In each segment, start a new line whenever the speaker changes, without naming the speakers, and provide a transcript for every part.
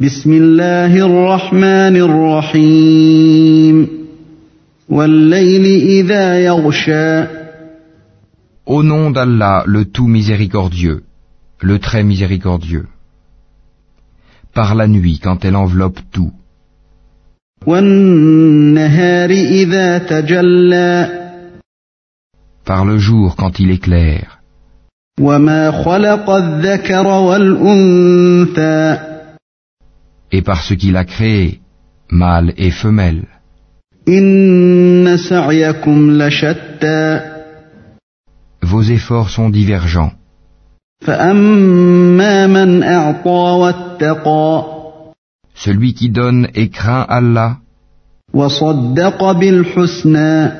بسم الله الرحمن الرحيم والليل إذا يغشى
Au nom d'Allah, le tout miséricordieux, le très miséricordieux. Par la nuit quand elle enveloppe tout,
والنهار إذا تجلى
par le jour quand il éclaire,
وما خلق الذكر والأنثى
et par ce qu'il a créé, mâle et femelle.
إن سعيكم لشتى
Vos efforts sont divergents.
فأما من أعطى واتقى
Celui qui donne et craint Allah,
وصدق بالحسنى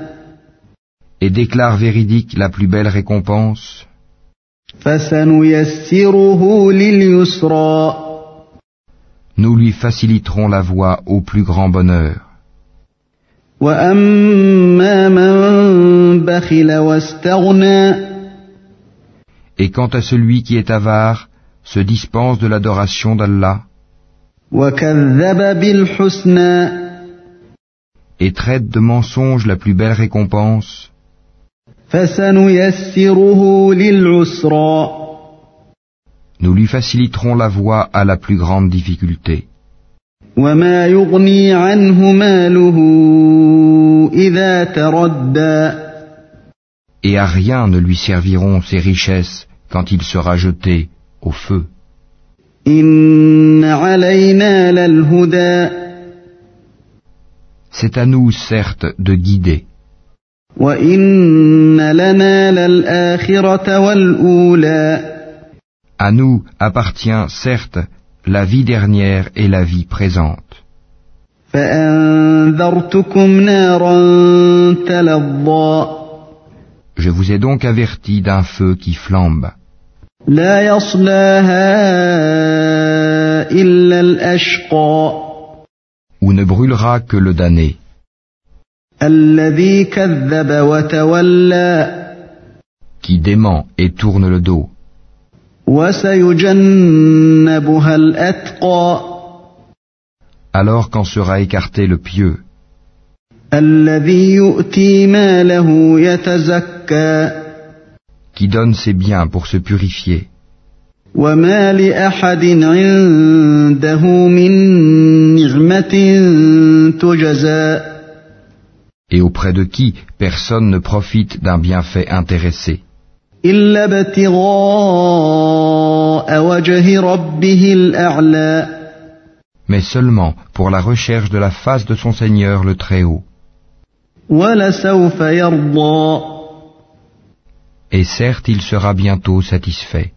et déclare véridique la plus belle récompense,
فسنيسره لليسرى
nous lui faciliterons la voie au plus grand bonheur.
وأما من بخل واستغنى
Et quant à celui qui est avare, se dispense de l'adoration d'Allah,
وكذب بالحسنى
et traite de mensonge la plus belle récompense,
فسنيسره للعسرى
nous lui faciliterons la voie à la plus grande difficulté.
وما يغني عنه ماله إذا تردى
Et à rien ne lui serviront ses richesses quand il sera jeté au feu.
إن علينا للهدى
C'est à nous, certes, de guider,
وإن لنا للآخرة والأولى
à nous appartient, certes, la vie dernière et la vie présente.
فأنذرتكم نارا تلظى
Je vous ai donc averti d'un feu qui flambe,
لا يصلاها إلا الأشقى
où ne brûlera que le damné,
الذي كذب وتولى
qui dément et tourne le dos,
وسيجنبها الأتقى
alors qu'en sera écarté le pieux,
الذي يؤتي ماله يتزكى
qui donne ses biens pour se purifier,
وما لأحد عنده من نعمة تجزى
et auprès de qui personne ne profite d'un bienfait intéressé,
إلا ابتغاء وجه ربه الأعلى
mais seulement pour la recherche de la face de son Seigneur le Très-Haut.
ولسوف يرضى
Et certes il sera bientôt satisfait.